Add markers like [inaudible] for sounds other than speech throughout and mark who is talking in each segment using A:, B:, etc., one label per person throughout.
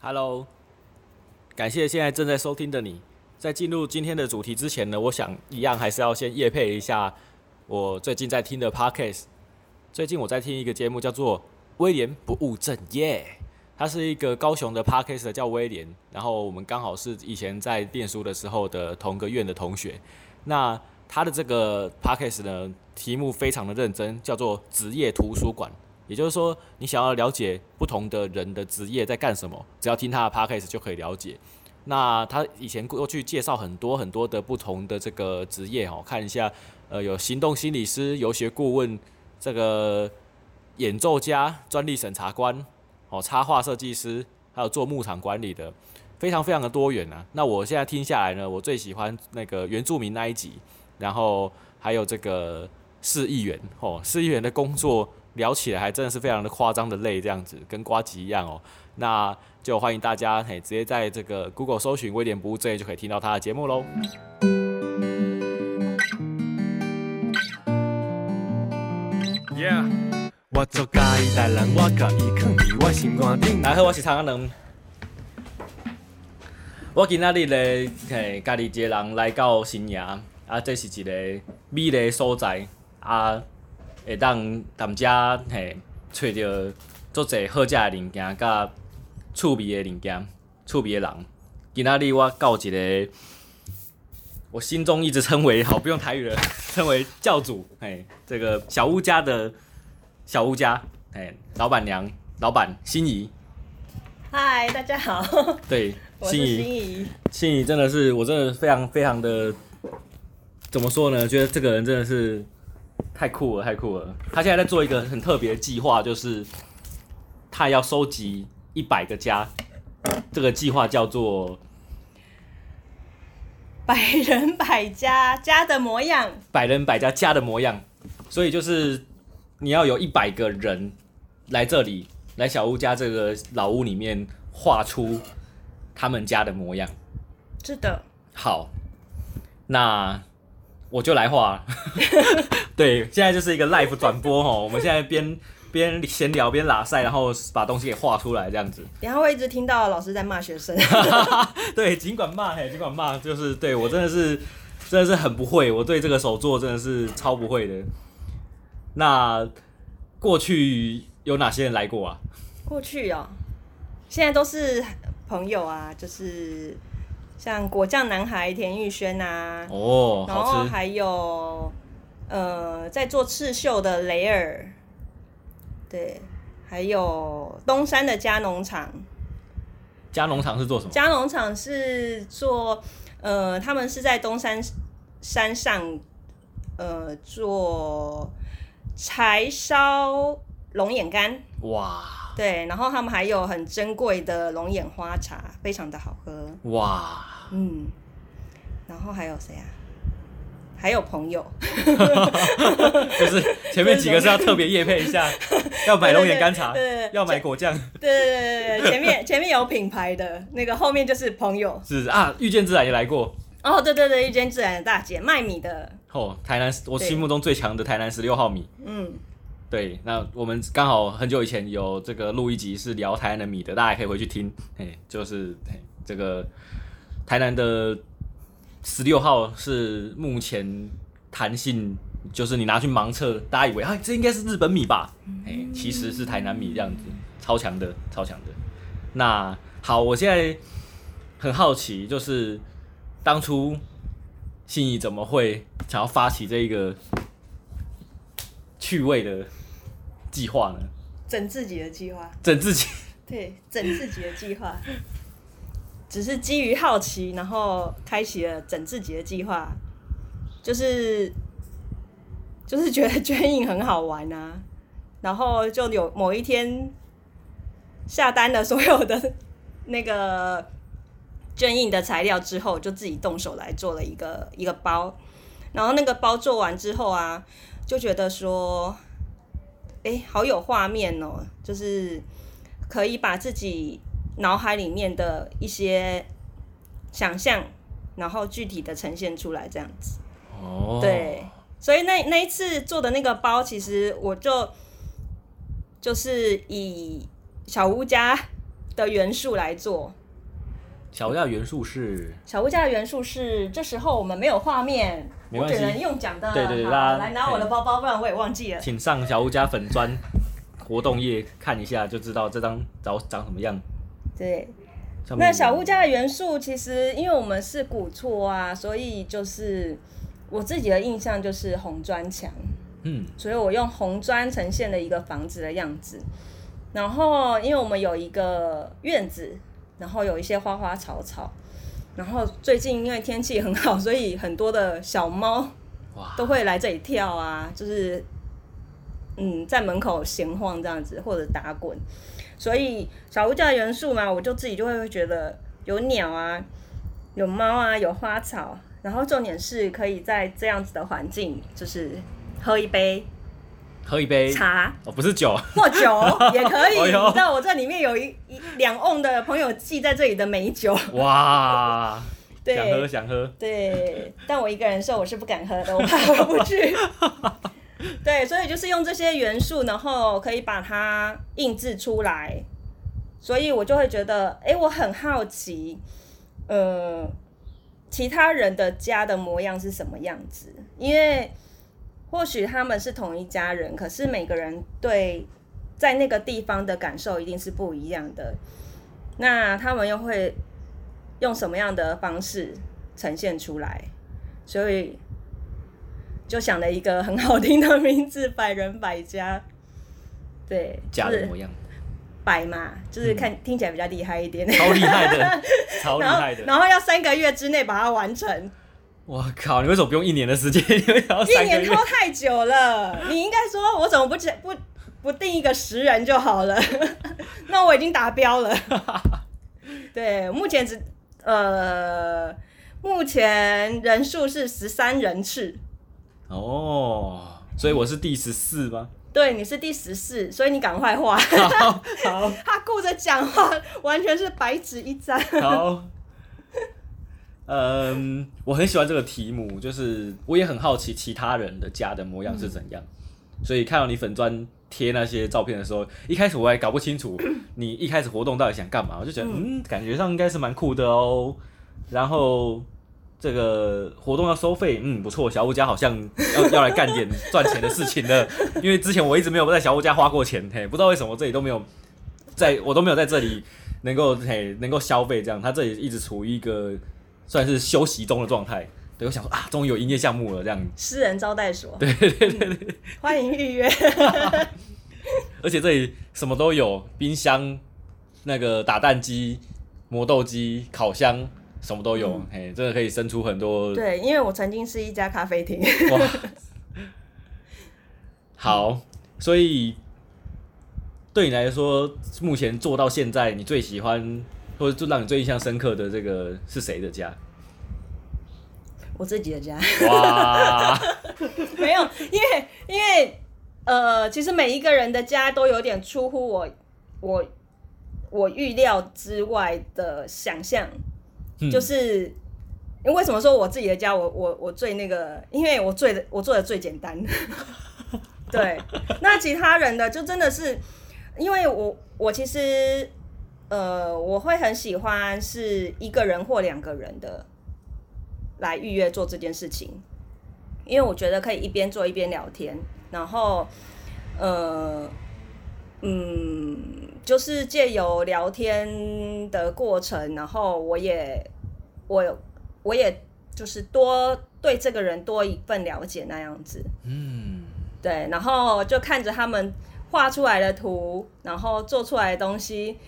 A: Hello，感谢现在正在收听的你。在进入今天的主题之前呢，我想一样还是要先夜配一下我最近在听的 Podcast。最近我在听一个节目叫做《威廉不务正业》，他是一个高雄的 Podcast 叫威廉，然后我们刚好是以前在念书的时候的同个院的同学。那他的这个 Podcast 呢，题目非常的认真，叫做“职业图书馆”。也就是说，你想要了解不同的人的职业在干什么，只要听他的 podcast 就可以了解。那他以前过去介绍很多很多的不同的这个职业哦，看一下，呃，有行动心理师、游学顾问、这个演奏家、专利审查官、哦，插画设计师，还有做牧场管理的，非常非常的多元啊。那我现在听下来呢，我最喜欢那个原住民那一集，然后还有这个市议员哦，市议员的工作聊起来还真的是非常的夸张的累，这样子跟瓜吉一样哦。那就欢迎大家嘿，直接在这个 Google 搜寻威廉不务正业就可以听到他的节目喽。
B: Yeah，我做介意大人，我甲伊藏伫我心肝顶。
A: 大家好，我是苍阿能。我今仔日咧，嘿，家己一个人来到新野，啊，这是一个美丽所在，啊，会当踮遮嘿，找着足侪好食的物件，甲趣味的物件，趣味的人。今仔日我到一个，我心中一直称为好，不用台语了， [laughs] 称为教主，嘿，这个小屋家的小屋家，嘿，老板娘，老板心仪，
C: 嗨，大家
A: [laughs]
C: 好，
A: 对，
C: 我
A: 心
C: 是
A: 仪
C: 心。怡。
A: 心仪真的是，我真的非常非常的，怎么说呢？觉得这个人真的是太酷了，太酷了。他现在在做一个很特别的计划，就是他要收集一百个家。这个计划叫做
C: 百人百家，家的模样。
A: “百人百家家的模样”，所以就是你要有一百个人来这里，来小屋家这个老屋里面画出他们家的模样。
C: 是的，
A: 好，那我就来画。 [laughs] 对，现在就是一个 live 转播 [laughs] 哦，我们现在边边闲聊边拉塞，然后把东西给画出来这样子。
C: 然后会一直听到老师在骂
A: [laughs]
C: 学生。
A: 对，尽管骂嘿，尽管骂，就是对我真的是真的是很不会，我对这个手作真的是超不会的。那过去有哪些人来过啊？
C: 过去哦，现在都是朋友啊，就是像果酱男孩田玉轩啊，
A: 哦，
C: 然后
A: 好吃。
C: 还有呃在做刺绣的雷尔，对，还有东山的家农场。
A: 家农场是做什么？
C: 家农场是做，呃，他们是在东山山上，呃，做柴烧龙眼干，
A: 哇
C: 对，然后他们还有很珍贵的龙眼花茶，非常的好喝，
A: 哇，
C: 嗯，然后还有谁啊？还有朋友，
A: 就是前面几个是要特别夜配一下，要买龙眼干茶，
C: 对对对
A: 要买果酱，
C: 对对对对对，前面前面有品牌的那个，后面就是朋友，
A: 是啊，遇见自然也来过。
C: 哦，对对对，一间自然的大姐卖米的，
A: 哦，台南我
C: 对
A: 心目中最强的台南十六号米。
C: 嗯，
A: 对，那我们刚好很久以前有这个录一集是聊台南的米的，大家也可以回去听。 [laughs] 嘿，就是嘿这个台南的十六号是目前弹性，就是你拿去盲测，大家以为啊这应该是日本米吧？哎，其实是台南米这样子，超强的，超强的。那好，我现在很好奇，就是当初信义怎么会想要发起这一个趣味的计划呢？
C: 整自己的计划。
A: 整自己
C: 对，整自己的计划，只是基于好奇，然后开启了整自己的计划，就是就是觉得捐印很好玩啊，然后就有某一天下单了所有的那个捐印的材料之后，就自己动手来做了一个一个包，然后那个包做完之后啊，就觉得说，哎、好有画面哦，就是。可以把自己脑海里面的一些想象，然后具体的呈现出来，这样子。
A: 哦
C: 对，所以那那一次做的那个包，其实我就就是以小屋家的元素来做。
A: 小物件的元素是，
C: 小物件的元素是，这时候我们没有画面，
A: 没
C: 我
A: 关系
C: 只能用讲的。啊
A: 对对对
C: 好
A: 大家
C: 来拿我的包包，不然我也忘记了。
A: 请上小屋家粉砖活动页看一下，就知道这张长长什么样。
C: 对，
A: 上面
C: 那小物件的元素其实，因为我们是古厝啊，所以就是我自己的印象就是红砖墙，
A: 嗯，
C: 所以我用红砖呈现了一个房子的样子。然后，因为我们有一个院子，然后有一些花花草草。然后最近因为天气很好，所以很多的小猫
A: 哇，
C: 都会来这里跳啊，就是嗯，在门口闲晃这样子，或者打滚。所以小屋的元素嘛，我就自己就会觉得有鸟啊，有猫啊，有花草，然后重点是可以在这样子的环境，就是喝一杯
A: 喝一杯
C: 茶
A: 哦，不是酒，
C: [laughs] 或酒
A: [laughs]
C: 也可以。
A: 哎呦
C: 你知道我这里面有一一两瓮的朋友寄在这里的美酒，
A: 哇，
C: 对，
A: 想喝想喝，
C: 对，但我一个人瘦，我是不敢喝的，我怕喝
A: [laughs]
C: 不去。对，所以就是用这些元素，然后可以把它印制出来。所以我就会觉得，哎、我很好奇，呃，其他人的家的模样是什么样子？因为或许他们是同一家人，可是每个人对在那个地方的感受一定是不一样的。那他们又会用什么样的方式呈现出来，所以就想了一个很好听的名字“百人百家”。对，
A: 家
C: 就是
A: 的模样，
C: 百嘛，就是看、听起来比较厉害一点。
A: 嗯超厉害
C: [laughs]
A: 的，超厉
C: 然后
A: 害的。
C: [laughs] 然后要三个月之内把它完成，
A: 我靠，你为什么不用一年的时间？ [laughs] 你为什么要
C: 一
A: 哦三个
C: 年
A: 月？
C: 拖太
A: [laughs]
C: 久了。你应该说，我怎么不只不不定一个十人就好了？ [laughs] 那我已经达
A: [laughs]
C: 标了。对，目前只呃，目前人数是十三人次。
A: 哦，所以我是第十四吗？
C: 对，你是第十四，所以你赶快画。
A: 好
C: [laughs] 他顾着讲话，完全是白纸一张。
A: 好，嗯，我很喜欢这个题目，就是我也很好奇其他人的家的模样是怎样，所以看到你粉砖贴那些照片的时候，一开始我还搞不清楚你一开始活动到底想干嘛，我就觉得嗯感觉上应该是蛮酷的哦，然后。这个活动要收费，嗯，不错，小屋家好像要要来干点赚钱的 [laughs] 事情了，因为之前我一直没有在小屋家花过钱，嘿，不知道为什么这里都没有，在我都没有在这里能够嘿能够消费这样，他这里一直处于一个算是休息中的状态。对，我想说啊，终于有营业项目了这样，
C: 私人招待所，对对对、欢迎预约。
A: 而且这里什么都有，冰箱、那个打蛋机、磨豆机、烤箱，什么都有，嘿，真的可以生出很多
C: 对，因为我曾经是一家咖啡厅。 [laughs]
A: 哇。 [laughs] 好，所以对你来说，目前做到现在，你最喜欢或者就让你最印象深刻的这个是谁的家？
C: 我自己的家
A: 哇，
C: [laughs] 没有，因为因为呃，其实每一个人的家都有点出乎我我我预料之外的想象，
A: 嗯
C: 就是因为为什么说我自己的家我我我最那个，因为我最我做的最简单， [laughs] 对，那其他人的就真的是因为我我其实呃我会很喜欢是一个人或两个人的来预约做这件事情，因为我觉得可以一边做一边聊天，然后呃嗯，就是借由聊天的过程，然后我也我我也就是多对这个人多一份了解那样子，
A: 嗯。
C: 对，然后就看着他们画出来的图，然后做出来的东西，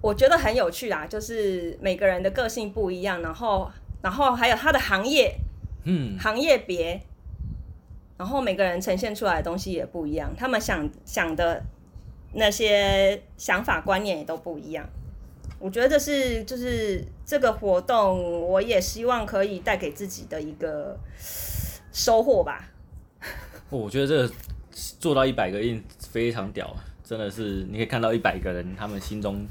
C: 我觉得很有趣啦。就是每个人的个性不一样，然后然后还有他的行业
A: 嗯，
C: 行业别，然后每个人呈现出来的东西也不一样，他们想想的那些想法观念也都不一样。我觉得这是就是这个活动，我也希望可以带给自己的一个收获吧。
A: 哦我觉得这个做到一百个印非常屌，啊，真的是你可以看到一百个人他们心中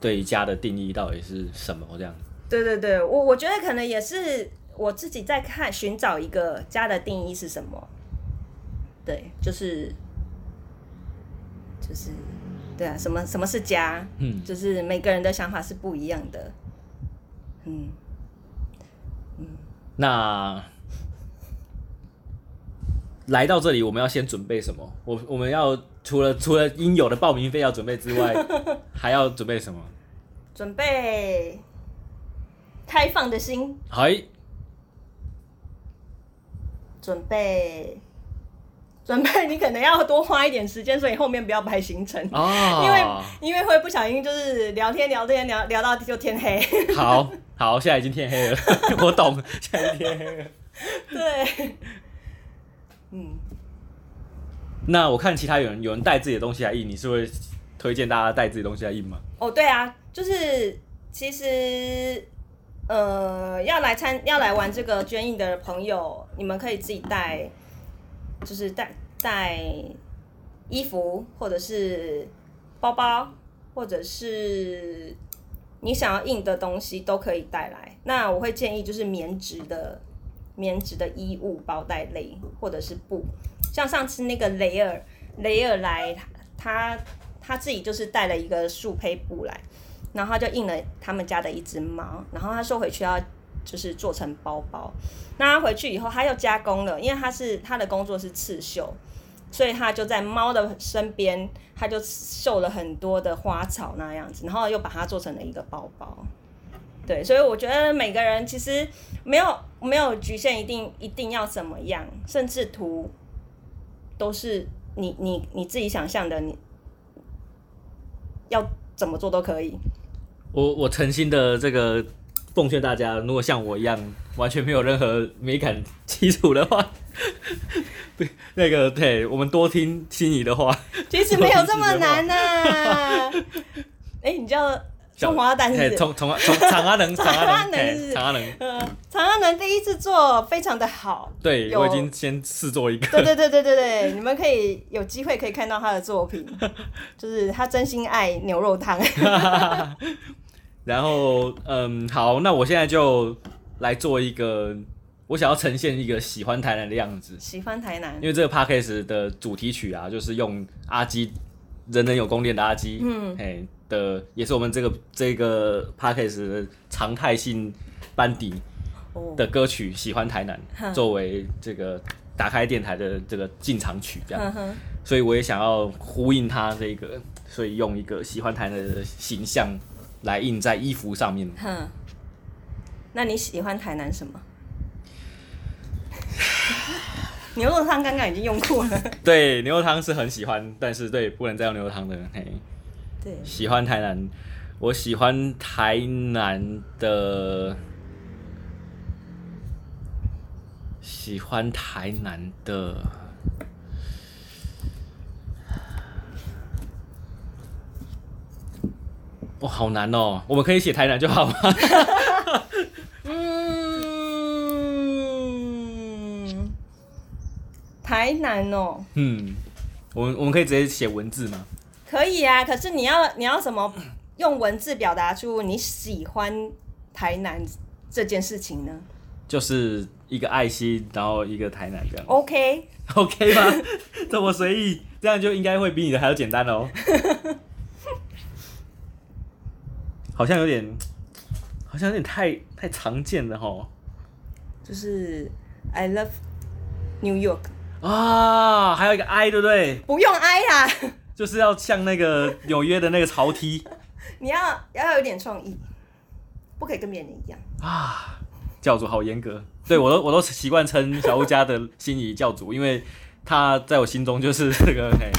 A: 对家的定义到底是什么这样。
C: 对对对，我我觉得可能也是我自己在看寻找一个家的定义是什么。对，就是就是对啊，什么什么是家？
A: 嗯，
C: 就是每个人的想法是不一样的。嗯，
A: 那来到这里，我们要先准备什么？我我们要除了除了应有的报名费要准备之
C: [laughs]
A: 外，还要准备什么？
C: 准备开放的心，
A: 嗨，
C: 准备准备，你可能要多花一点时间，所以后面不要排行程，
A: 哦，
C: 因为因为会不小心就是聊天聊天聊聊到就天黑。 [laughs]
A: 好好，现在已经天黑了， [laughs] 我懂，现在已经天黑了。
C: 对，嗯，
A: 那我看其他有人有人带自己的东西来印，你是会推荐大家带自己的东西来印吗？
C: 哦，对啊，就是其实呃，要来参要来玩这个捐印的朋友，你们可以自己带，就是带带衣服或者是包包，或者是你想要印的东西都可以带来。那我会建议就是棉质的棉质的衣物包带类或者是布，像上次那个雷尔雷尔来他。他他自己就是带了一个树胚布来，然后他就印了他们家的一只猫，然后他说回去要就是做成包包。那他回去以后，他又加工了，因为他是他的工作是刺绣，所以他就在猫的身边，他就绣了很多的花草那样子，然后又把它做成了一个包包。对，所以我觉得每个人其实没有没有局限，一定一定要怎么样，甚至图都是你你你自己想象的，你要怎么做都可以。
A: 我我诚心的这个奉劝大家，如果像我一样完全没有任何美感基础的话， [laughs] 不，那个对我们多听心仪的话，
C: [laughs] 其实没有这么难啊 [laughs] 呐、哎、你叫中华蛋是
A: 嘿
C: 不是？
A: 从从从长阿能，长阿能，
C: [laughs] 长阿能是
A: 嘿长阿能，
C: 呃，长安人第一次做非常的好。
A: 对
C: 有
A: 我已经先试做一个，
C: 对对对对对 [laughs] 对，你们可以有机会可以看到他的作品，就是他真心爱牛肉 [laughs] 汤。
A: [laughs] 然后嗯，好，那我现在就来做一个，我想要呈现一个喜欢台南的样子，
C: 喜欢台南
A: 因，为这个 podcast 的主题曲啊，就是用阿基人人有宫殿的阿基，嗯，哎的，也是我们这个这个 podcast 的常态性班底
C: 哦，
A: 的歌曲《喜欢台南》作为这个打开电台的这个进场曲，这样，
C: 哼哼，
A: 所以我也想要呼应它这个，所以用一个喜欢台南的形象来印在衣服上面。
C: 哼。那你喜欢台南什 [laughs] 么？牛肉汤刚刚已经用过 [laughs] 了。
A: 对，牛肉汤是很喜欢，但是对不能再用牛肉汤的，嘿。
C: 对，
A: 喜欢台南，我喜欢台南的，喜欢台南的。哇、好难哦！我们可以写台南就好吗？ [laughs]
C: 嗯，台南哦，
A: 嗯，我们我们可以直接写文字吗？
C: 可以啊，可是你要你要怎么用文字表达出你喜欢台南这件事情呢
A: 就是一个爱心，然后一个台南这样、
C: ？OK，
A: [laughs] o k 吗？这么随意，这样就应该会比你的还要简单哦。好像有点，好像有点太太常见了吼
C: 就是 I love New York，
A: 啊！还有一个 I 对不对？
C: 不用啊 I 啦，
A: 就是要像那个纽约的那个潮梯
C: [laughs] 你要要有点创意，不可以跟别人一样。
A: 啊！教主好严格，对我都我都习惯称小屋家的心仪教主，因为他在我心中就是这个嘿，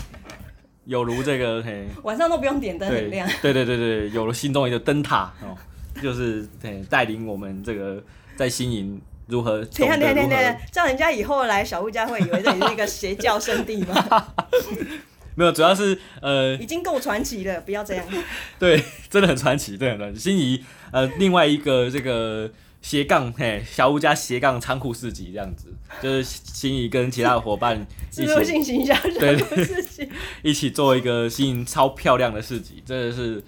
A: 有如这个嘿
C: 晚上都不用点灯，
A: 对
C: 很亮。 [laughs]
A: 对对对对，有了心动一个灯塔哦，就是对带领我们这个在新营如何
C: 等
A: 懂
C: 一下，
A: 得
C: 等
A: 如
C: 一下，等一下
A: 何，，
C: 这样人家以后来小物家会以为这里是一个邪教圣地
A: [laughs]
C: 吗？
A: 没有，主要是呃，
C: 已经够传奇了，不要这样。
A: 对，真的很传奇，真的很传奇。心仪呃，另外一个这个斜杠嘿，小屋加斜杠仓库市集这样子，就是心仪跟其他的伙
C: [laughs]
A: 伴
C: 植
A: 一
C: 入
A: 起
C: 性行销
A: 对
C: 这个事
A: [laughs]
C: 情，
A: 一起做一个新营超漂亮的市集，真的是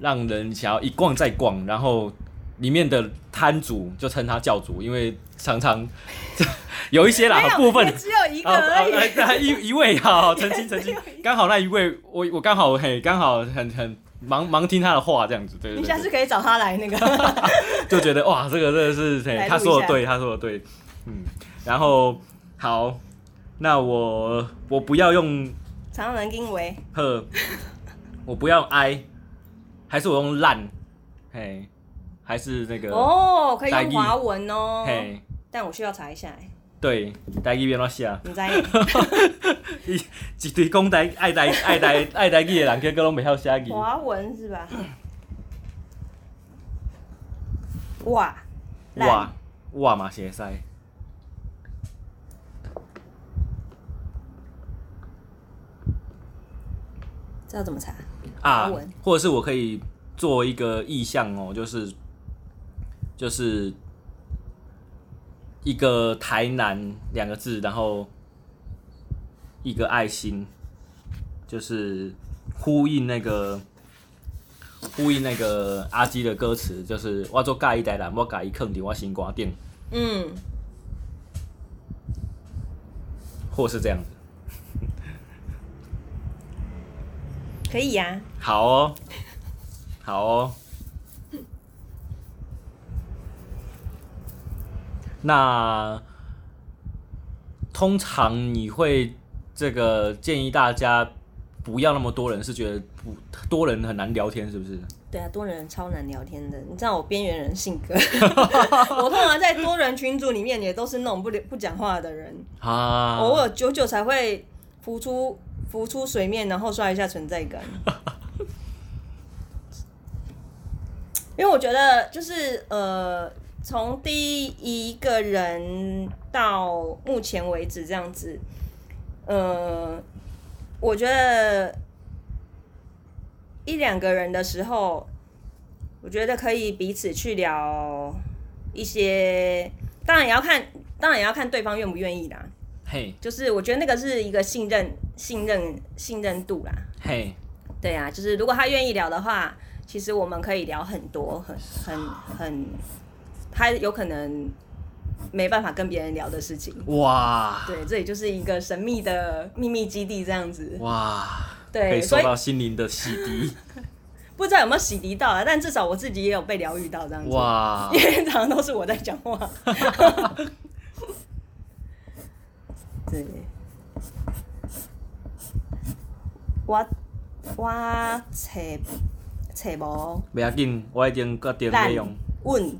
A: 让人想要一逛再逛，然后。里面的摊主就称他教主，因为常常有一些啦
C: 没，有
A: 部分
C: 也只有一个
A: 啊啊
C: 而已。
A: 哎那一一位好，澄清澄
C: 只
A: 清
C: 有一，
A: 刚好那一位，我我刚好嘿，刚好很很忙忙听他的话这样子，对对
C: 你
A: 对
C: 下次可以找他来
A: [laughs]
C: 那个，
A: 就觉得哇，这个真的是，嘿
C: 来录一，
A: 他说的
C: 下
A: 对，他说的对，嗯，然后好，那我我不要用
C: 常人因为
A: 呵，我不要用 I，还是我用烂，嘿，还是那个，
C: 哦，可以
A: 台
C: 用
A: 语
C: 华文哦，
A: 嘿，
C: 但我需要查一下，哎
A: 对，台语变到下，
C: 你在
A: 一堆讲台爱台爱台爱台语的人，结果拢袂晓写语，
C: 华文是吧？哇，烂
A: 哇哇嘛是会使，
C: 这要怎么查？
A: 啊
C: 华文，
A: 或者是我可以做一个意向哦，就是就是一个台南两个字，然后一个爱心，就是呼应那个呼应那个阿基的歌词，就是我做盖一台南，我盖一坑顶，我心瓜店，
C: 嗯，
A: 或是这样子。
C: 可以呀、
A: 好哦，好哦。那通常你会这个建议大家不要那么多人，是觉得不多人很难聊天，是不是？
C: 对啊，多人超难聊天的，你知道我边缘人性
A: [laughs]
C: 格， [laughs] 我通常在多人群组里面也都是那种不聊不讲话的人，
A: 啊，
C: 偶尔久久才会浮出浮出水面，然后刷一下存在感。 [laughs] 因为我觉得就是呃，从第一个人到目前为止这样子，呃，我觉得一两个人的时候，我觉得可以彼此去聊一些，当然也要看，当然也要看对方愿不愿意啦。
A: 嘿
C: 就是我觉得那个是一个信任、信任、信任度啦。
A: 嘿，
C: 对啊，就是如果他愿意聊的话，其实我们可以聊很多，很很很，他有可能没办法跟别人聊的事情。
A: 哇
C: 对，这里就是一个神秘的秘密基地这样子。
A: 哇，可以
C: 对，所
A: 受
C: 以
A: 到心灵的洗涤，
C: 不知道有没有洗涤到啊，但至少我自己也有被疗愈到这样子。
A: 哇
C: 因为常常都是我在讲话。对，我我找找无
A: 不要紧，我已经决定要
C: 咱
A: 用
C: 问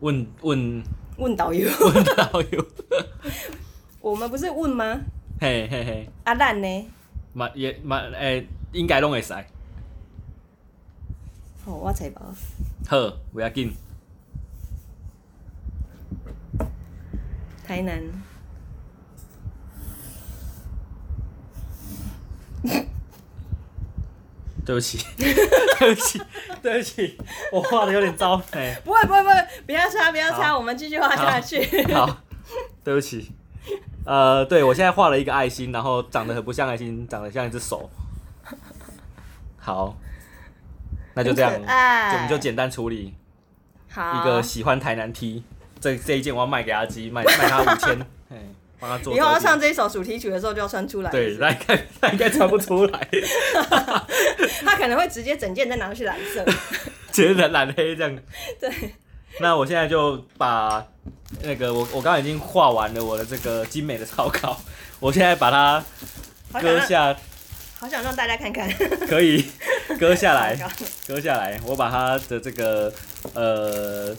A: 问问
C: 问导游，
A: 问导游，
C: [laughs] 我们不是问吗？
A: 嘿嘿嘿。
C: 啊，咱呢？
A: 嘛也嘛诶、应该拢会使。
C: 哦，我找无。
A: 好，不要紧。
C: 台南。
A: 对不起， [laughs] 对不起，对不起，我画的有点糟。哎、
C: 不会不会不会，不要插不要插，
A: 好
C: 我们继续画下去。 [laughs]
A: 好，对不起。呃，对我现在画了一个爱心，然后长得很不像爱心，长得像一只手。好，那就这
C: [laughs]
A: 样，
C: 很可爱
A: 我们就简单处理。
C: 哎好，
A: 一个喜欢台南 T，这这一件我要卖给阿基，卖卖他五
C: [laughs]
A: 千，哎，帮他做折
C: 以
A: 抵。
C: 后要唱这一首主题曲的时候就要穿出来。
A: 对，
C: 是不
A: 那应该那应该穿不出来。
C: 是他可能会直接整件再拿去染 [laughs] 色。
A: 直接染染黑这样。
C: 对。
A: [laughs] 那我现在就把那个我我刚刚已经画完了我的这个精美的草稿， [laughs] 我现在把它
C: 好想啊
A: 割
C: 让
A: 下，
C: 好想让大家看看。
A: 可
C: [laughs]
A: 以割下来，
C: 糟糕
A: 割下来，我把它的这个呃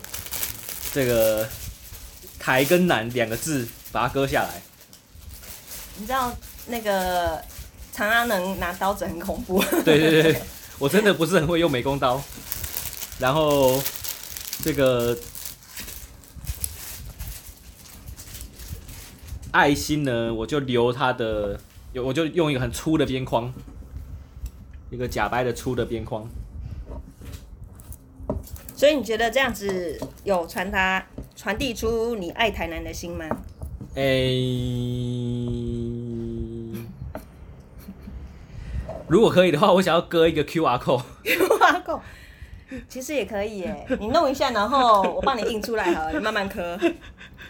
A: 这个台跟南两个字把它割下来。
C: 你知道那个长安能拿刀子很恐怖，
A: [laughs] 对对对，对我真的不是很会用美工刀。然后这个爱心呢，我就留它的，有我就用一个很粗的边框，一个假白的粗的边框。
C: [laughs] 所以你觉得这样子有传达传递出你爱台南的心吗？
A: 哎诶、如果可以的话，我想要割一个 QR code。
C: 哇够，其实也可以耶，你弄一下，然后我帮你印出来好了，你慢慢刻。等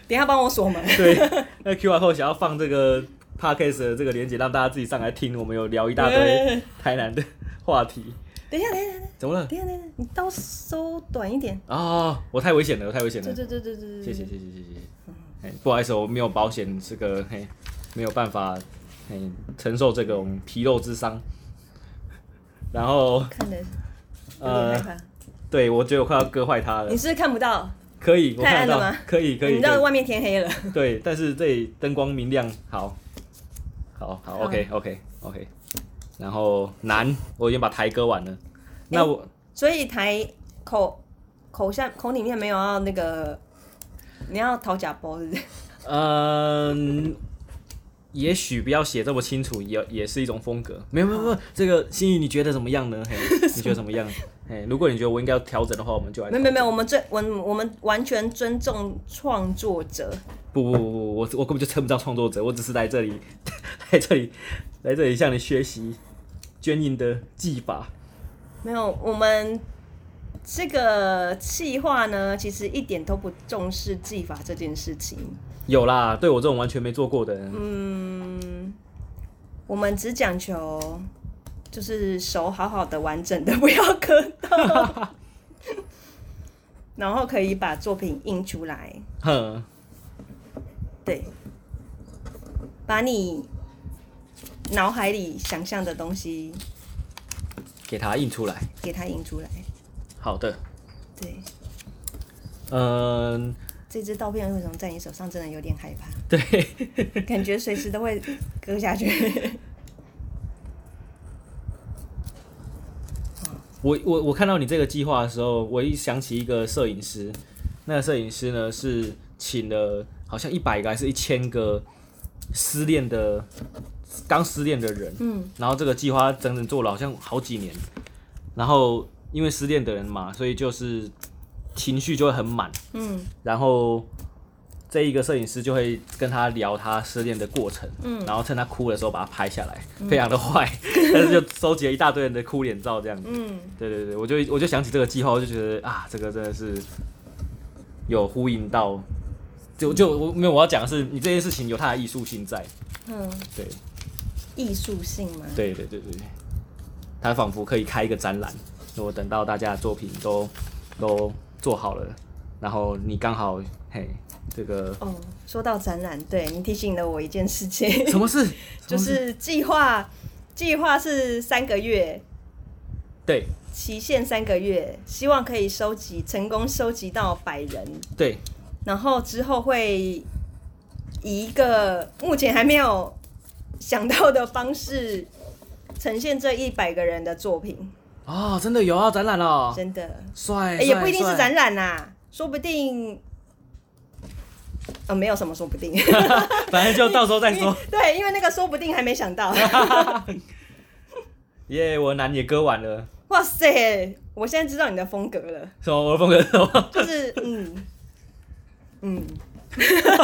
C: 一下帮我锁门。
A: 对， [laughs] 那 QR code 想要放这个 podcast 的这个链接，让大家自己上来听。我们有聊一大堆台南的 [laughs] 话题，
C: [laughs] 等一下，等一下，等一下，
A: 怎么了？
C: 等一下，等一下，你刀收短一点。
A: 哦，我太危险了，我太危险
C: 对
A: 了。
C: 对对对对对。
A: 谢谢谢谢谢谢谢谢。哎，不好意思，我没有保险，这个嘿没有办法嘿承受这种皮肉之伤。然后
C: 看得有点害
A: 呃，
C: 怕。
A: 对我觉得我快要割坏它了
C: 你。是不是看不到？
A: 可以，我
C: 太
A: 看
C: 暗
A: 得
C: 了
A: 到
C: 吗，
A: 可以呃可
C: 你
A: 以。
C: 知道
A: 可
C: 外面天黑了。
A: 以对，但是这里灯光明亮，好，好好
C: 好
A: ，OK OK OK。然后南，我已经把台割完了。
C: 哎
A: 那我
C: 所以台口口下口里面没有要那个，你要掏假包是不是？
A: 嗯，也许不要写这么清楚，也也是一种风格。没有没有没有，这个心怡你觉得怎么样呢？嘿，你觉得怎么样？嘿，如果你觉得我应该要调整的话，我们就来。
C: 没有没有没有，我们尊我们我们完全尊重创作者。
A: 不不不不，我我根本就称不上创作者，我只是来这里， [laughs] 来这里，来这里向你学习捐印的技法。
C: 没有，我们这个计划呢，其实一点都不重视技法这件事情。
A: 有啦，对我这种完全没做过的人，
C: 嗯，我们只讲求就是手好好的、完整的，不要磕到，然后可以把作品印出来。
A: 哼，
C: 对，把你脑海里想象的东西
A: 给它印出来。
C: 给它印出来。
A: 好的，
C: 对，
A: 嗯，
C: 这支刀片为什么在你手上真的有点害怕？
A: 对，
C: 感觉随时都会割下去。
A: 我我我看到你这个计划的时候，我一想起一个摄影师，那个摄影师呢是请了好像一百个还是一千个失恋的刚失恋的人，
C: 嗯，
A: 然后这个计划整整做了好像好几年，然后因为失恋的人嘛，所以就是情绪就会很满，
C: 嗯
A: 然后这一个摄影师就会跟他聊他失恋的过程，嗯，然后趁他哭的时候把他拍下来，非常的坏，但是就收集了一大堆人的哭脸照这样子。
C: 嗯，
A: 对对对，我就我就想起这个计划，我就觉得啊，这个真的是有呼应到，就就我没有我要讲的是，你这件事情有它的艺术性在，
C: 嗯，
A: 对
C: 艺术性嘛，
A: 对对对对，它仿佛可以开一个展览，如果等到大家的作品都都做好了，然后你刚好嘿这个
C: 哦，说到展览，对你提醒了我一件事情，
A: [laughs] 什么事？
C: [laughs] 就是计划，计划是三个月，
A: 对
C: 期限三个月，希望可以收集成功收集到百人，
A: 对
C: 然后之后会以一个目前还没有想到的方式呈现这一百个人的作品，
A: 哦，真的有要展览哦，
C: 真的。
A: 帅、
C: 欸也
A: 帅
C: 不一定是
A: 帅
C: 展览啦，说不定，呃，没有什么说不定，
A: 反正就到时候再说。
C: [laughs] 对，因为那个说不定还没想到。
A: 耶我男也割完了，
C: 哇塞，我现在知道你的风格了，
A: 什么我的风格是什
C: [laughs]
A: 么？
C: 就是嗯嗯， [laughs]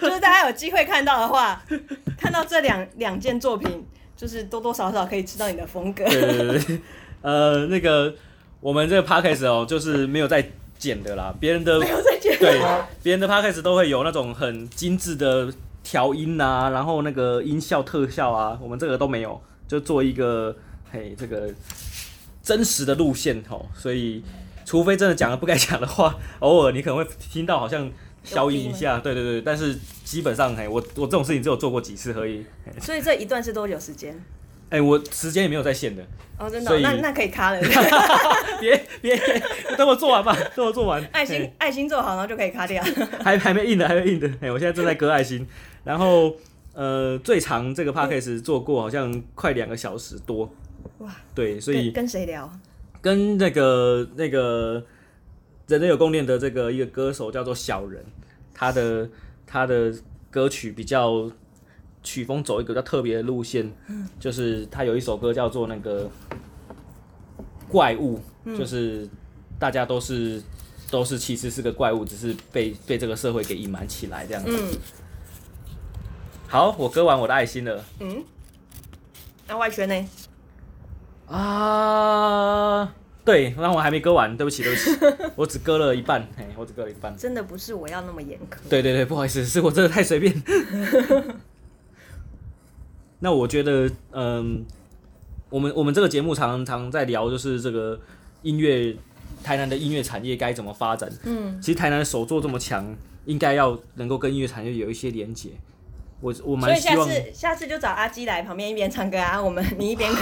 C: 就是大家有机会看到的话，看到这两两件作品，就是多多少少可以知道你的风格。
A: 对对对对， [laughs] 呃，那个我们这个 podcast 哦，就是没有在剪的啦，别人的
C: [laughs] 没有再见。
A: 对别人的 podcast 都会有那种很精致的调音啊，然后那个音效特效啊，我们这个都没有，就做一个嘿这个真实的路线哦，所以除非真的讲了不该讲的话，偶尔你可能会听到好像。消音一下，对对对，但是基本上，嘿，我我这种事情只有做过几次而已，
C: 所以这一段是多久时间？
A: 哎、我时间也没有在线的，
C: 哦，真的哦、
A: 所以
C: 那那可以
A: [laughs]
C: 卡了。
A: 别别，等我做完吧，等我做完。
C: [laughs] 爱心爱心做好，然后就可以卡掉。
A: [laughs] 还还没印的，还没印的。哎，我现在正在割爱心。然后呃，最长这个 podcast 做过好像快两个小时多。
C: 哇，
A: 对，所
C: 跟
A: 以
C: [laughs] 跟谁聊？
A: 跟那个那个人类有共恋的这个一个歌手叫做小人，他的他的歌曲比较曲风走一个比较特别的路线，就是他有一首歌叫做那个怪物，就是大家都是都是其实是个怪物，只是被被这个社会给隐瞒起来这样子。
C: 嗯
A: 好，我割完我的爱心了
C: 嗯，那外圈呢？
A: 啊，对，那我还没割完，对不起，对
C: [laughs]
A: 不起，我只割了一半，嘿，我只割了一半。
C: 真的不是我要那么严苛。
A: 对对对，不好意思，是我真的太随便。 [laughs] 那我觉得，嗯，我们我们这个节目常常在聊，就是这个音乐，台南的音乐产业该怎么发展。嗯，其实台南的手作这么强，应该要能够跟音乐产业有一些连结。我我
C: 所
A: 蛮
C: 以下
A: 希望，
C: 次下次就找阿基来旁边一边唱歌啊，我们你一边歌。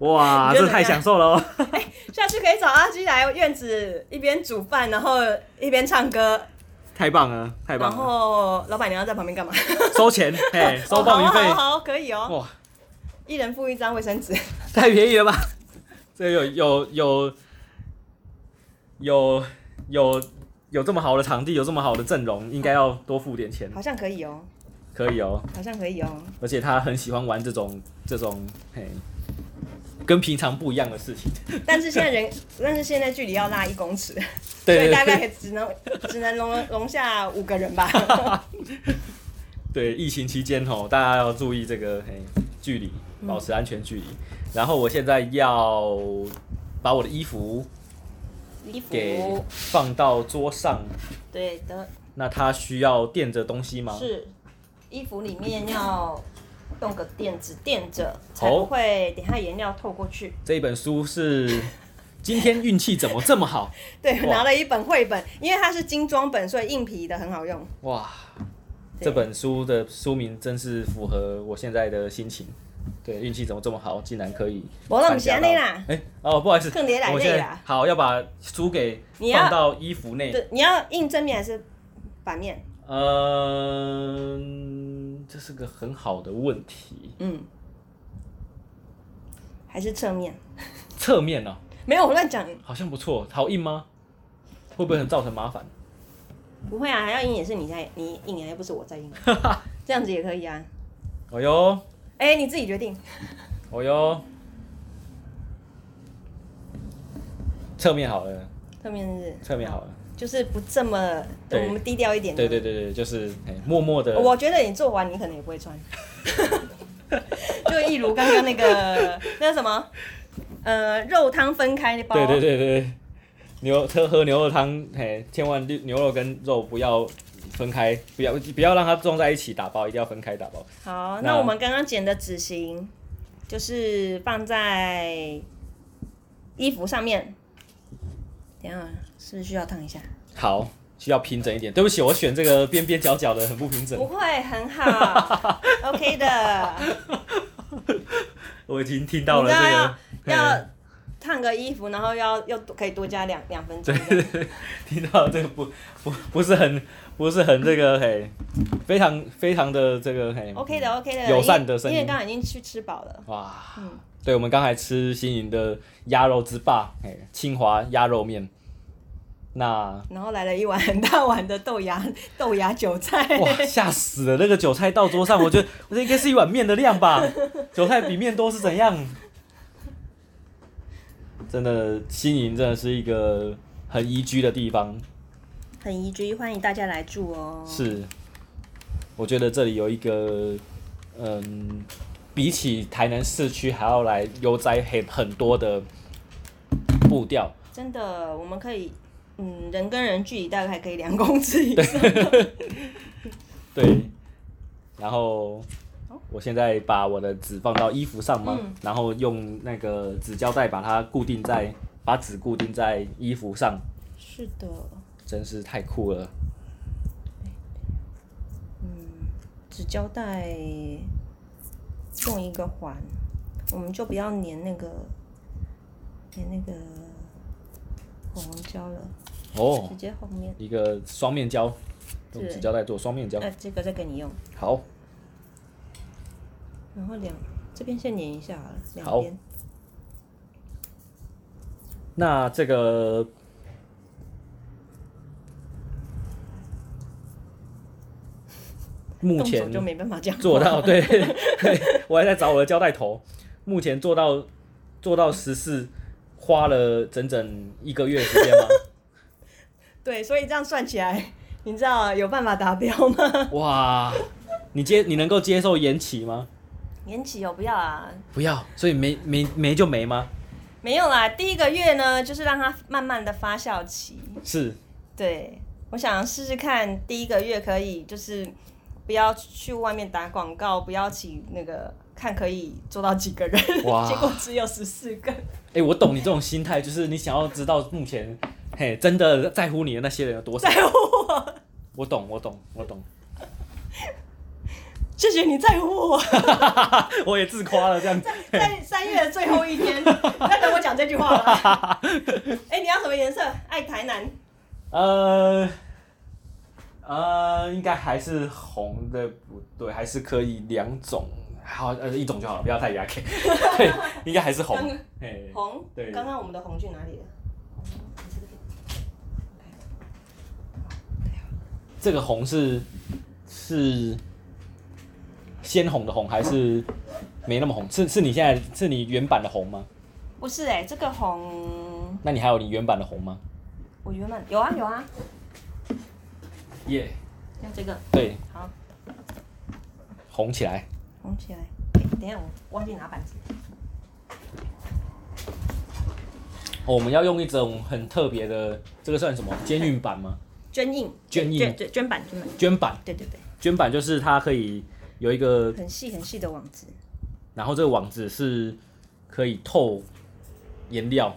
A: 哇，
C: 你觉
A: 这
C: 得怎么
A: 太
C: 样
A: 享受了哦。
C: [laughs] 下次可以找阿基来院子一边煮饭，然后一边唱歌，
A: 太棒了，太
C: 然
A: 棒了！
C: 后老板娘在旁边干嘛？
A: 收钱，
C: [laughs]
A: 嘿， [laughs] 收
C: 哦
A: 报名费，
C: 好好好，可以哦，
A: 哇，
C: 一人付一张卫生纸。
A: 太便宜了吧？ [laughs] 这有有有有有有这么好的场地，有这么好的阵容，应该要多付点钱，
C: 好像可以哦，
A: 可以哦。
C: 好像可以哦。
A: 而且他很喜欢玩这种这种，嘿，跟平常不一样的事情。
C: 但是现在人， [laughs] 但是现在距离要拉一公尺，所
A: 对
C: 以大
A: 对对
C: 概只能只能容容下五
A: [laughs]
C: 个人吧。
A: 对，疫情期间吼，大家要注意这个嘿距离，保持安全距离。然后我现在要把我的衣服
C: 衣
A: 给
C: 服，
A: 放到桌上，
C: 对的，
A: 那它需要垫着东西吗？
C: 是衣服里面要用个垫子垫着，才
A: 哦
C: 不会等一下颜料透过去。
A: 这一本书是今天运气怎么这么
C: [laughs]
A: 好？
C: 对，
A: 哇
C: 拿了一本绘本，因为它是精装本，所以硬皮的很好用。
A: 哇，
C: 对
A: 这本书的书名真是符合我现在的心情。对，运气怎么这么好，竟然可以
C: 没那么
A: 参加到。
C: 闲的啦
A: 哎、哦，不好意思，
C: 更别来
A: 我
C: 累
A: 现在
C: 啦
A: 好要把书给
C: 你要
A: 放到衣服内。
C: 对，你要印正面还是反面？
A: 嗯，这是个很好的问题。
C: 嗯，还是侧面？
A: 侧面呢、
C: 没有，我乱讲，
A: 好像不错，好印吗？会不会很造成麻烦？ [laughs]
C: 不会啊，还要印也是你在你印啊，又不是我在印，这样子也可以啊。
A: 哦哟，
C: 哎、你自己决定。
A: 哦哟，侧面好了，
C: 侧面是
A: 侧面好了。
C: 就是不这么，
A: 对
C: 我们低调一点。
A: 对对对对，就是哎、默默的。
C: 我觉得你做完，你可能也不会穿， [laughs] 就一如刚刚那个那个什么，呃，肉汤分开包，
A: 对对对对，牛喝喝牛肉汤，嘿，千万牛牛肉跟肉不要分开，不要不要让它撞在一起打包，一定要分开打包。
C: 好，
A: 那
C: 那我们刚刚剪的纸型就是放在衣服上面。等一下是不是需要烫一下？
A: 好，需要平整一点。对不起，我选这个边边角角的很不平
C: 不
A: 整，
C: 会，很好
A: [laughs]
C: ，OK 的。
A: 我已经听到了
C: 你知道
A: 这个，
C: 要
A: 嘿
C: 烫个衣服，然后要要多可以多加两两分钟。
A: 听到这个不不不是很不是很这个嘿，非常非常的这个嘿
C: OK 的，OK 的。
A: 友善
C: 因为
A: 的声音
C: 因为刚刚已经去吃饱了。
A: 哇，
C: 嗯
A: 对，我们刚才吃新营的鸭肉之霸，哎，清华鸭肉面，那
C: 然后来了一碗很大碗的豆芽豆芽韭菜， [laughs]
A: 哇， [laughs] 吓死了！那个韭菜到桌上，我觉得我觉得应该是一碗面的量吧。韭菜比面多是怎样？真的，新营真的是一个很宜居的地方。
C: 很宜居，欢迎大家来住哦。
A: 是，我觉得这里有一个，嗯，比起台南市区还要来悠哉很很多的步调。
C: 真的，我们可以，嗯，人跟人距离大概还可以两公尺以上。
A: 对，然后我现在把我的纸放到衣服上嘛，
C: 嗯
A: 然后用那个纸胶带把它固定在，把纸固定在衣服上，
C: 是的，
A: 真是太酷了。
C: 纸胶带用一个环，我们就不要粘那个粘那个红胶了，
A: 哦
C: 直，接后面。
A: 一个双面胶，用
C: 是
A: 纸胶带做双面胶
C: 那、，这个再给你用，
A: 好，
C: 然后两这边先粘一下好了，
A: 好
C: 两边。
A: 那这个。目
C: 动手
A: 前
C: 就没办法这样
A: 做到对对，我还在找我的胶带头，目前做到做到十四，花了整整一个月时间吗？
C: 对，所以这样算起来，你知道有办法达标吗？
A: [laughs]
C: [laughs]
A: 哇，你接你能够接受延期吗？
C: 延期哦，不要啊，
A: 不要，所以没没没就没吗？
C: 没有啦，第一个月呢，就是让它慢慢的发酵期。
A: 是，
C: 对，我想试试看，第一个月可以就是不要去外面打广告，不要请那个看可以做到几个人，
A: 哇
C: [laughs] 结果只有十四个。
A: 哎、我懂你这种心态，就是你想要知道目前，嘿，真的在乎你的那些人有多少
C: 在。乎我，
A: 我懂，我懂，我懂，
C: 谢谢你在乎我。
A: [laughs] [laughs] 我也自夸了这样子。
C: 在三月的最后一天，你在等我讲这句话吗？
A: [laughs]
C: 哎、你要什么颜色？爱台南。
A: 呃，呃，应该还是红的不对，还是可以两种，好，呃，一种就好了，不要太压
C: [laughs]
A: K。对，应该还是红哎
C: 刚刚。
A: 嘿，
C: 红，
A: 对
C: 刚刚我们的红去哪里了？
A: 这个红是是鲜红的红，还是没那么红？是是你现在是你原版的红吗？
C: 不是哎、这个红，
A: 那你还有你原版的红吗？
C: 我原本有啊有啊，
A: 耶、
C: 要这个
A: 对，
C: 好
A: 红起来。
C: 红起来。哎等一下我忘记拿板子。
A: 哦我们要用一种很特别的，这个算什么？监运版吗？
C: 捐印，
A: 绢印
C: 捐捐捐板捐板，
A: 绢版，
C: 对对对，
A: 绢版就是它可以有一个，
C: 很细很细的网子，
A: 然后这个网子是可以透颜料。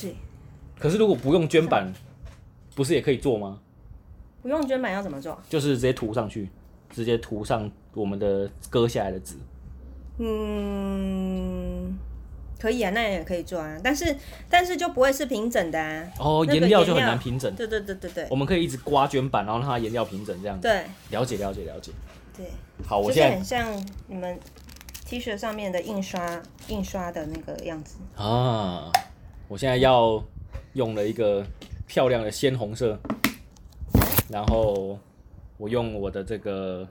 C: 对，
A: 可是如果不用绢版，不是也可以做吗？
C: 不用捐板要怎么做？
A: 就是直接涂上去，直接涂上我们的割下来的纸。
C: 嗯，可以啊，那也可以做啊，但是但是就不会是平整的啊。
A: 哦，
C: 那个
A: 颜料就很难平整。
C: 对对对对对
A: 我们可以一直刮绢版，然后让它颜料平整，这样子。
C: 对
A: 了解，了解，了解。
C: 对，
A: 好，我
C: 就是
A: 现
C: 很像你们 T 恤上面的印刷印刷的那个样子。
A: 在啊，我现在要用了一个漂亮的鲜红色，然后我用我的这个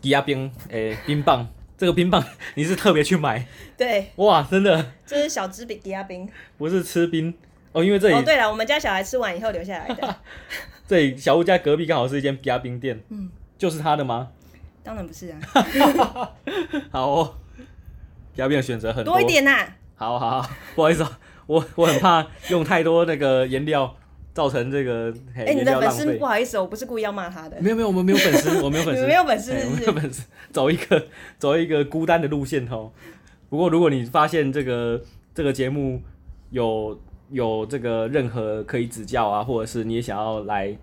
A: 低压冰，诶、冰棒。这个冰棒 [laughs] 你是特别去买
C: 对，
A: 哇？真的
C: 这是小只比迪亚冰。
A: 不是吃冰哦，因为这里、
C: 哦，对了，我们家小孩吃完以后留下来
A: [laughs]
C: 的，
A: 这里小屋家隔壁刚好是一间低压冰店，
C: 嗯，
A: 就是他的吗？
C: 当然不是啊，
A: 好、哦，低压冰的选择很
C: 多一点呐、
A: 好好，好不好意思、啊，我我很怕用太多那个颜料造成这个哎
C: 哎、你的粉丝
A: 费
C: 不。好意思，我不是故意要骂他的。
A: 没有没有，我们没有粉丝，我没有粉
C: 你
A: 丝，
C: 们没有粉丝
A: 嘿
C: 是
A: 我
C: 不
A: 没
C: 是
A: 有粉丝，走一个走一个孤单的路线哦。不过如果你发现这个这个节目有有这个任何可以指教啊，或者是你也想要来，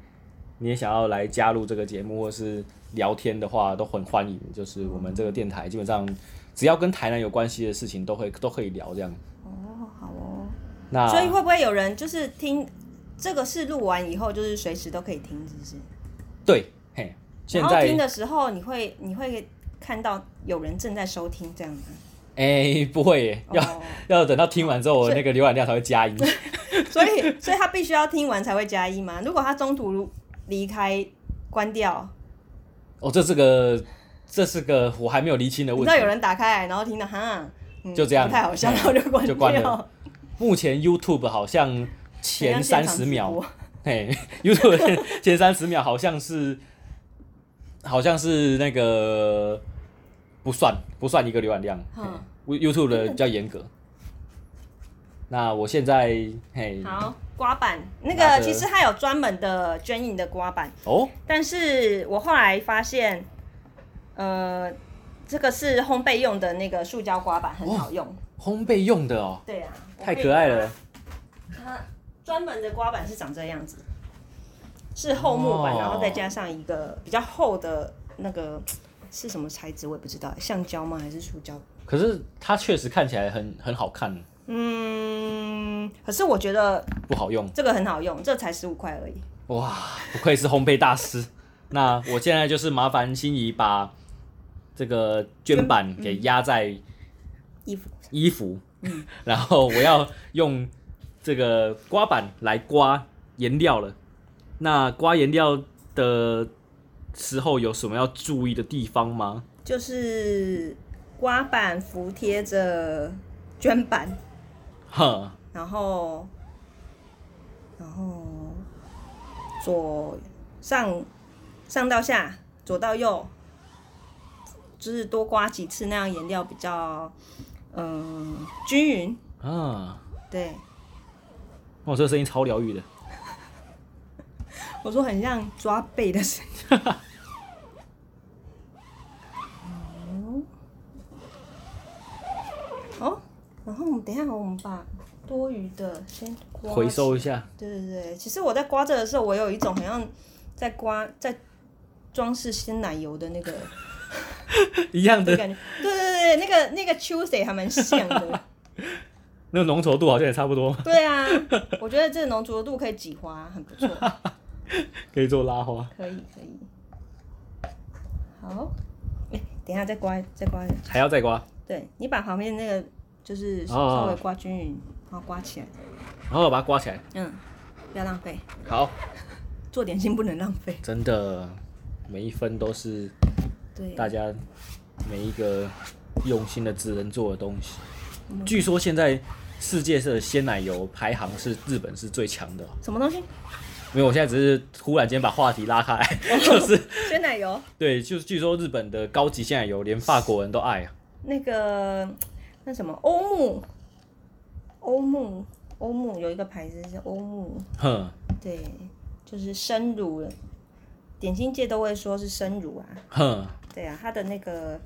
A: 你也想要来加入这个节目，或是聊天的话，都很欢迎。就是我们这个电台基本上只要跟台南有关系的事情，都会都可以聊这样。
C: 哦，好哦。
A: 那
C: 所以会不会有人就是听这个是录完以后，就是随时都可以听，是不是？
A: 对，嘿，现
C: 然
A: 在
C: 后听的时候，你会你会看到有人正在收听这样吗？
A: 哎、不会耶，要、
C: 哦
A: 要等到听完之后，我
C: 所以
A: 那个浏览量才会加一。
C: 所以所以他必须要听完才会加一吗？如果他中途离开关掉，
A: 哦，这是个，这是个我还没有厘清的
C: 你
A: 问
C: 知道有
A: 题。
C: 人打开来，然后听到哈，嗯
A: 就这样
C: 不太好笑，然后就关
A: 就关
C: [laughs]
A: 了目前 YouTube 好像前
C: 很
A: 三
C: 像现场
A: 十
C: 直
A: 秒
C: 播，
A: 嘿，YouTube 前
C: [laughs]
A: 前三十秒好像是，好像是那个不算不算一个浏览量、嘿
C: 嗯
A: YouTube 的比较严格。那我现在嘿，
C: 好，刮板那
A: 拿
C: 个
A: 着
C: 其实它有专门的捐印的刮板，
A: 哦，
C: 但是我后来发现，呃，这个是烘焙用的那个塑胶刮板，很好用。
A: 烘焙用的哦，
C: 对啊，我
A: 太
C: 可以
A: 可爱
C: 把
A: 了。
C: 它专门的刮板是长这样子，是厚木板，
A: 哦
C: 然后再加上一个比较厚的那个是什么材质，我也不知道，橡胶吗还是塑胶？
A: 可是它确实看起来很很好看，
C: 嗯，可是我觉得
A: 不好用。
C: 这个很好用，这才十五块而已。
A: 哇，不愧是烘焙大师。那我现在就是麻烦心仪把这个绢板给压在
C: 衣服
A: 衣服， [laughs] 然后我要用这个刮板来刮颜料了。那刮颜料的时候有什么要注意的地方吗？ [laughs]
C: 就是刮板服贴着绢板，
A: 哼，
C: 然后，然后左上上到下，左到右，就是多刮几次那样颜料比较，嗯、嗯、均匀，
A: 啊，
C: 对
A: 哇，这声音超疗愈的。
C: 我说很像抓背的 [laughs] 声音。哦，哦然后我们等一下，我们把多余的先刮
A: 回
C: 起
A: 收一下，
C: 对对对，其实我在刮这的时候，我有一种好像在刮在装饰鲜奶油的
A: [laughs]
C: 那个
A: 一样
C: 的
A: 的，
C: 感觉。对对对，那个那个 Tuesday 还蛮
A: [laughs]
C: 像的。
A: 那个浓稠度好像也差不多，
C: 对啊，我觉得这浓浊度可以挤花，很不
A: [laughs]
C: 错，
A: 可以做拉花，
C: 可以可以。好，哎、等一下再刮再刮。
A: 还要再刮。
C: 对你把旁边那个就是
A: 哦
C: 稍微刮均匀，然后刮起来，
A: 然后把它刮起来。
C: 嗯，不要浪费，
A: 好，
C: 做点心不能浪费。
A: 真的，每一分都是
C: 对，
A: 大家每一个用心的职人做的东西。据说现在世界的鲜奶油排行是日本是最强的哦，
C: 什么东西？
A: 没有，我现在只是突然间把话题拉开， [laughs] 就是
C: 鲜奶油。
A: 对，就是据说日本的高级鲜奶油连法国人都爱啊。
C: 那个那什么欧木，欧木欧木有一个牌子是欧木，
A: 哼
C: 对，就是生乳了，点心界都会说是生乳啊，
A: 哼，
C: 对啊，它的那个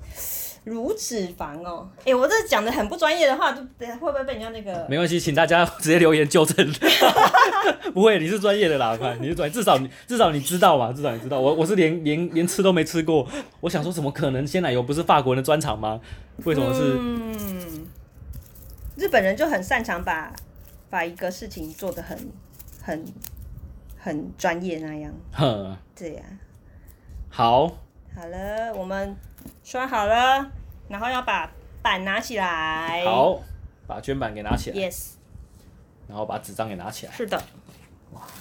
C: 乳脂肪哦，哎、我这讲的很不专业的话，就等下会不会被人家那个？
A: 没关系，请大家 [laughs] 直接留言纠正。 [laughs] 不会，你是专业的啦，快，你是专，至少你至少你知道嘛，至少你知道。我我是连连连吃都没吃过，我想说怎么可能鲜奶油不是法国人的专长吗？为什么是？
C: 嗯，日本人就很擅长把把一个事情做的很很很专业那样，
A: 哼，
C: 对呀、啊。
A: 好，
C: 好了，我们刷好了，然后要把板拿起来。
A: 好，把绢板给拿起来，
C: ，yes，
A: 然后把纸张给拿起来，
C: 是的，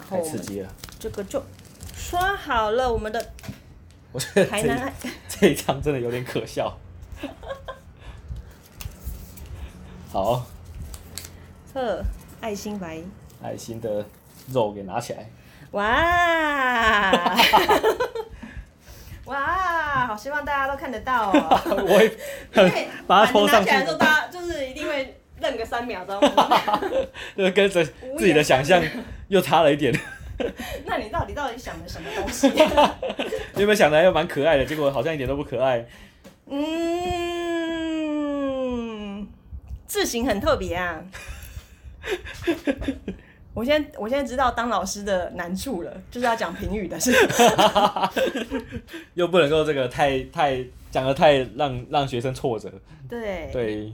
A: 太刺激了！
C: 这个就刷好了。我们的
A: 我觉得
C: 台
A: 这
C: 南
A: 一
C: 爱
A: 这一张真的有点可笑。好，
C: 呵爱心白，
A: 爱心的肉给拿起来， [laughs]
C: 哇哇，好希望大家都看得到哦。
A: 我会
C: 因为
A: [laughs] 把它
C: 板子
A: 拖上去
C: 拿起来的时候，大家就是一定会愣个
A: [laughs]
C: 三秒钟。
A: 就
C: 那
A: 是跟着自己的想象又差了一点。 [laughs]
C: 那你到底到底想的什么东西？
A: 原本想的还蛮可爱的，结果好像一点都不可爱。
C: 嗯，字形很特别啊。我现在我现在知道当老师的难处了，就是要讲评语的事。
A: 又不能够这个太太讲的太让让学生挫折。
C: 对，
A: 对，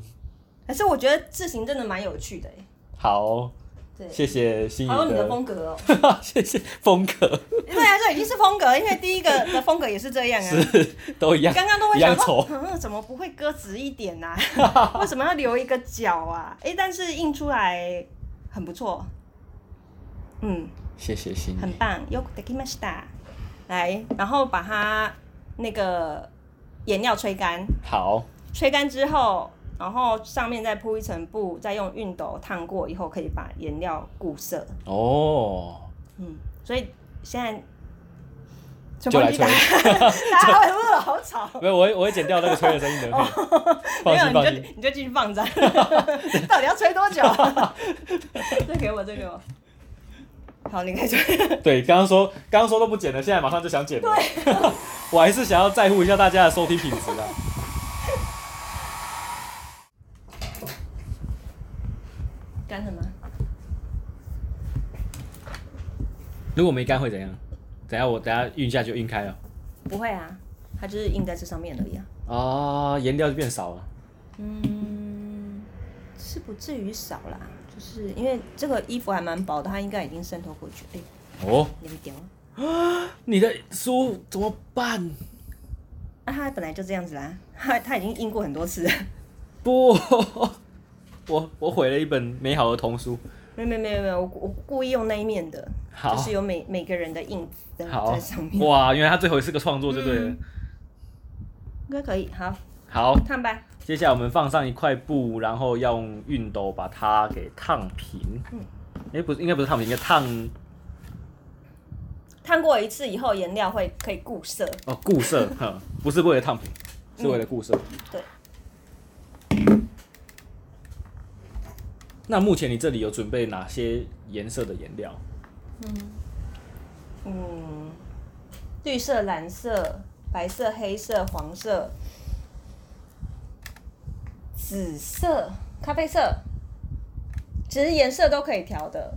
C: 可是我觉得字形真的蛮有趣的哎。
A: 好，
C: 对，
A: 谢谢心仪
C: 好有你的
A: 的，
C: 风格哦。
A: [laughs] 谢谢风格
C: 对啊，这已经是风格，因为第一个的风格也是这样啊。
A: 是都一样，
C: 刚刚都会
A: 一样
C: 想
A: 丑
C: 说，嗯，怎么不会割直一点呢、啊？为什么要留一个角啊？哎、但是印出来很不错，嗯，
A: 谢谢心
C: 很
A: 仪，
C: 棒。よくできました。来，然后把它那个颜料吹干，
A: 好，
C: 吹干之后，然后上面再铺一层布，再用熨斗烫过以后，可以把颜料固色。
A: 哦，
C: 嗯，所以现在。
A: 就来吹
C: 大家大家会不会好吵？
A: 没有，我会我会剪掉那个吹的声音的，
C: 哦
A: [laughs] 放
C: 没有，
A: 心
C: 你
A: 放
C: 就
A: 心，
C: 你就继续放
A: [laughs]
C: 着，到底要吹 [laughs] 多久？这给我，这给我。好，你可 [laughs] 以吹。
A: 对，刚刚说刚刚说都不剪了，现在马上就想剪了， [laughs] 我还是想要在乎一下大家的收听品质啊。
C: 干什么？
A: 如果没干会怎样？等下我等下晕一下就晕开了，
C: 不会啊，它就是印在这上面而已啊。
A: 啊，颜料就变少了。
C: 嗯，是不至于少啦，就是因为这个衣服还蛮薄的，它应该已经渗透过去。哎、
A: 哦，
C: 你们点了？
A: 你的书怎么办？
C: 啊，它本来就这样子啦，它它已经印过很多次了。 [laughs]
A: 不， [laughs] 我我毁了一本美好的童书。
C: 没有没有没有没有，我我故意用那一面的，
A: 好
C: 就是有每每个人的印子在
A: 好
C: 在上面，
A: 哇，原来他最后是个创作就对了。
C: 嗯应该可以。好，
A: 好，
C: 看吧。
A: 接下来我们放上一块布，然后用熨斗把它给烫平。嗯
C: 嗯，
A: 哎、不是，应该不是烫平，应该烫
C: 烫过一次以后，颜料会可以固色。
A: 哦固色，哼，不是为了烫平，是为了固色。
C: 嗯对，
A: 那目前你这里有准备哪些颜色的颜料？
C: 嗯，绿色、蓝色、白色、黑色、黄色、紫色、咖啡色，其实颜色都可以调的，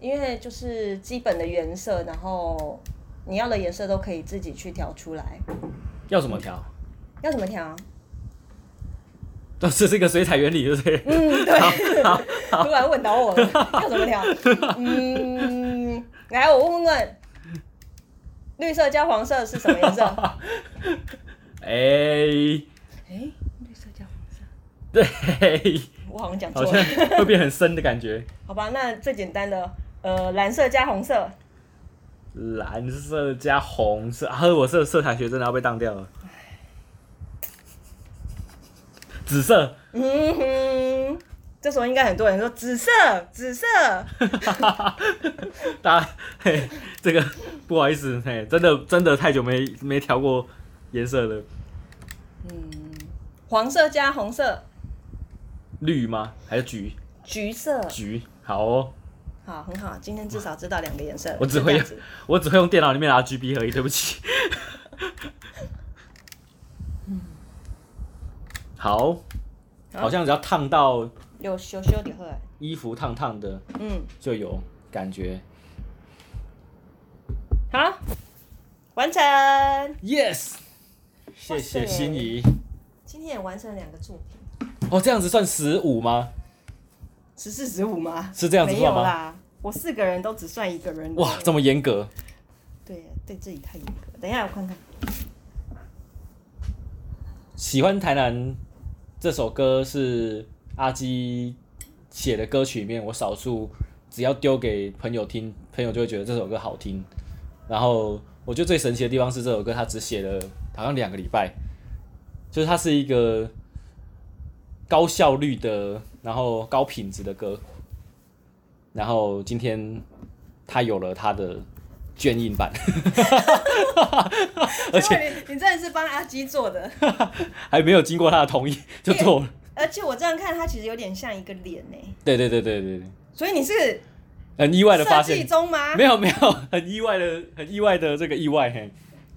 C: 因为就是基本的原色，然后你要的颜色都可以自己去调出来。
A: 要怎么调？
C: 要怎
A: [laughs]
C: 么调？啊
A: 这是一个水彩原理，对不对？
C: 嗯，对， [laughs] 突然问倒我了，要怎么调？嗯，来，我问问问，绿色加黄色是什么颜色？
A: [laughs] 哎、
C: 哎、绿色加黄色， [laughs]
A: 对，
C: 我好像讲错
A: 好
C: 了
A: 像。会变很深的感觉。
C: 好吧，那最简单的，呃，蓝色加红色，
A: 蓝色加红色，啊，我色色彩学真的要被当掉了。紫色，
C: 嗯哼，这时候应该很多人说紫色，紫色，
A: 大家嘿，这个不好意思，嘿，真的真的太久没没调过颜色了。
C: 黄色加红色，
A: 绿吗？还是橘？
C: 橘色。
A: 橘，好哦。
C: 好，很好，今天至少知道两个颜色了。
A: 我只
C: 就
A: 会
C: 这样子
A: 我只会用电脑里面的 RGB 而已，对不起。
C: 嗯
A: 好，好像只要烫到
C: 有羞羞的会，
A: 衣服烫烫的
C: 嗯，
A: 就有感觉。
C: 好，完成，
A: Yes，谢
C: 哇
A: 谢
C: 塞
A: 心仪。
C: 今天也完成了两个作品，
A: 哦，这样子算十五吗？
C: 十四十五吗？
A: 是这样子
C: 没
A: 算
C: 有
A: 吗
C: 啦，我四个人都只算一个人。
A: 哇，这么严格。
C: 对对自己太严格。等一下我看看，
A: 喜欢台南这首歌是阿基写的歌曲里面，我少数只要丢给朋友听，朋友就会觉得这首歌好听。然后我觉得最神奇的地方是这首歌，它只写了好像两个礼拜，就是它是一个高效率的，然后高品质的歌。然后今天它有了它的卷印版，而且
C: 且 [laughs] 你你真的是帮阿基做的。
A: 还没有经过他的同意就做了。
C: 而且我这样看，它其实有点像一个脸呢、
A: [laughs] 对对对对对对。
C: 所以你是
A: 很意外的发
C: 设计
A: 现，
C: 中吗？
A: 没有没有，很意外的，很意外的这个意外，嘿，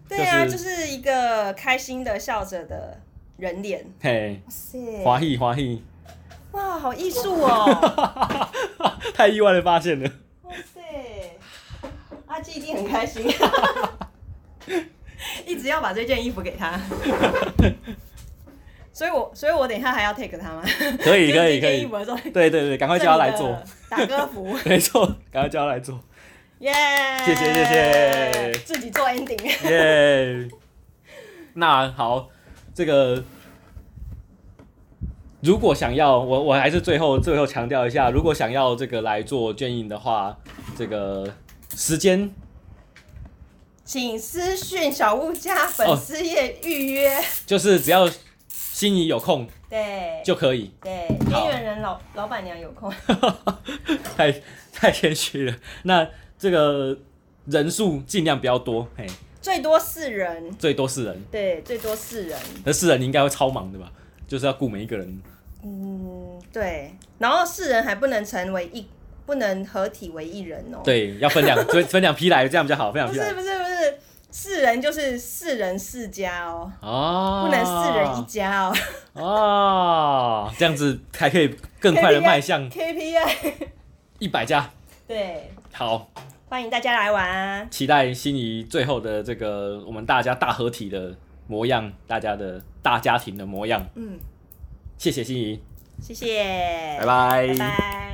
C: 对啊，
A: 就
C: 就是、一个开心的笑着的人脸。
A: 嘿，
C: 哇塞，
A: 华裔华裔， [laughs]
C: 哇，好艺术哦！
A: 太意外的发现了。
C: [laughs] 哇塞，阿基一定很
A: [laughs]
C: 开心，一直要把这件衣服给
A: [laughs]
C: 他。所以我，所以我等一下还要 take 他吗？
A: 可以可以可
C: 就是这件衣
A: 以
C: 服，的时候，
A: 对对对，赶快叫他来做，
C: 打
A: [laughs]
C: 歌服，
A: 没错，赶快叫他来做，
C: 耶、
A: 谢谢谢谢
C: 自己做 ending。
A: 耶。那好，这个如果想要，我我还是最后最后强调一下，如果想要这个来做卷印的话，这个时间
C: 请私讯小物
A: 哦
C: 家粉丝页预约。
A: 就是只要心仪有空
C: 对，
A: 就可以。
C: 对，
A: 好
C: 边缘人老老板娘有空。 [laughs]
A: 太 [laughs] 太谦虚了。那这个人数尽量不要多，嘿，
C: 最多四人，
A: 最多四人。
C: 对，最多四人。
A: 那四人你应该会超忙的吧？就是要顾每一个人。
C: 嗯，对。然后四人还不能成为一，不能合体为一人哦。，
A: 对，要分两 [laughs] 分分两批来，这样比较好，分两
C: 不
A: 批
C: 是
A: 来。
C: 不是不是，四人就是四人世家哦，
A: 哦，
C: 不能四人一
A: [laughs]
C: 家哦。
A: 哦，这样子才可以更快的迈向
C: KPI。
A: 一百家。
C: 对，
A: 好，
C: 欢迎大家来玩。
A: 期待心仪最后的这个我们大家大合体的模样，大家的大家庭的模样。
C: 嗯，
A: 谢谢心仪，
C: 谢谢。
A: 拜
C: 拜拜。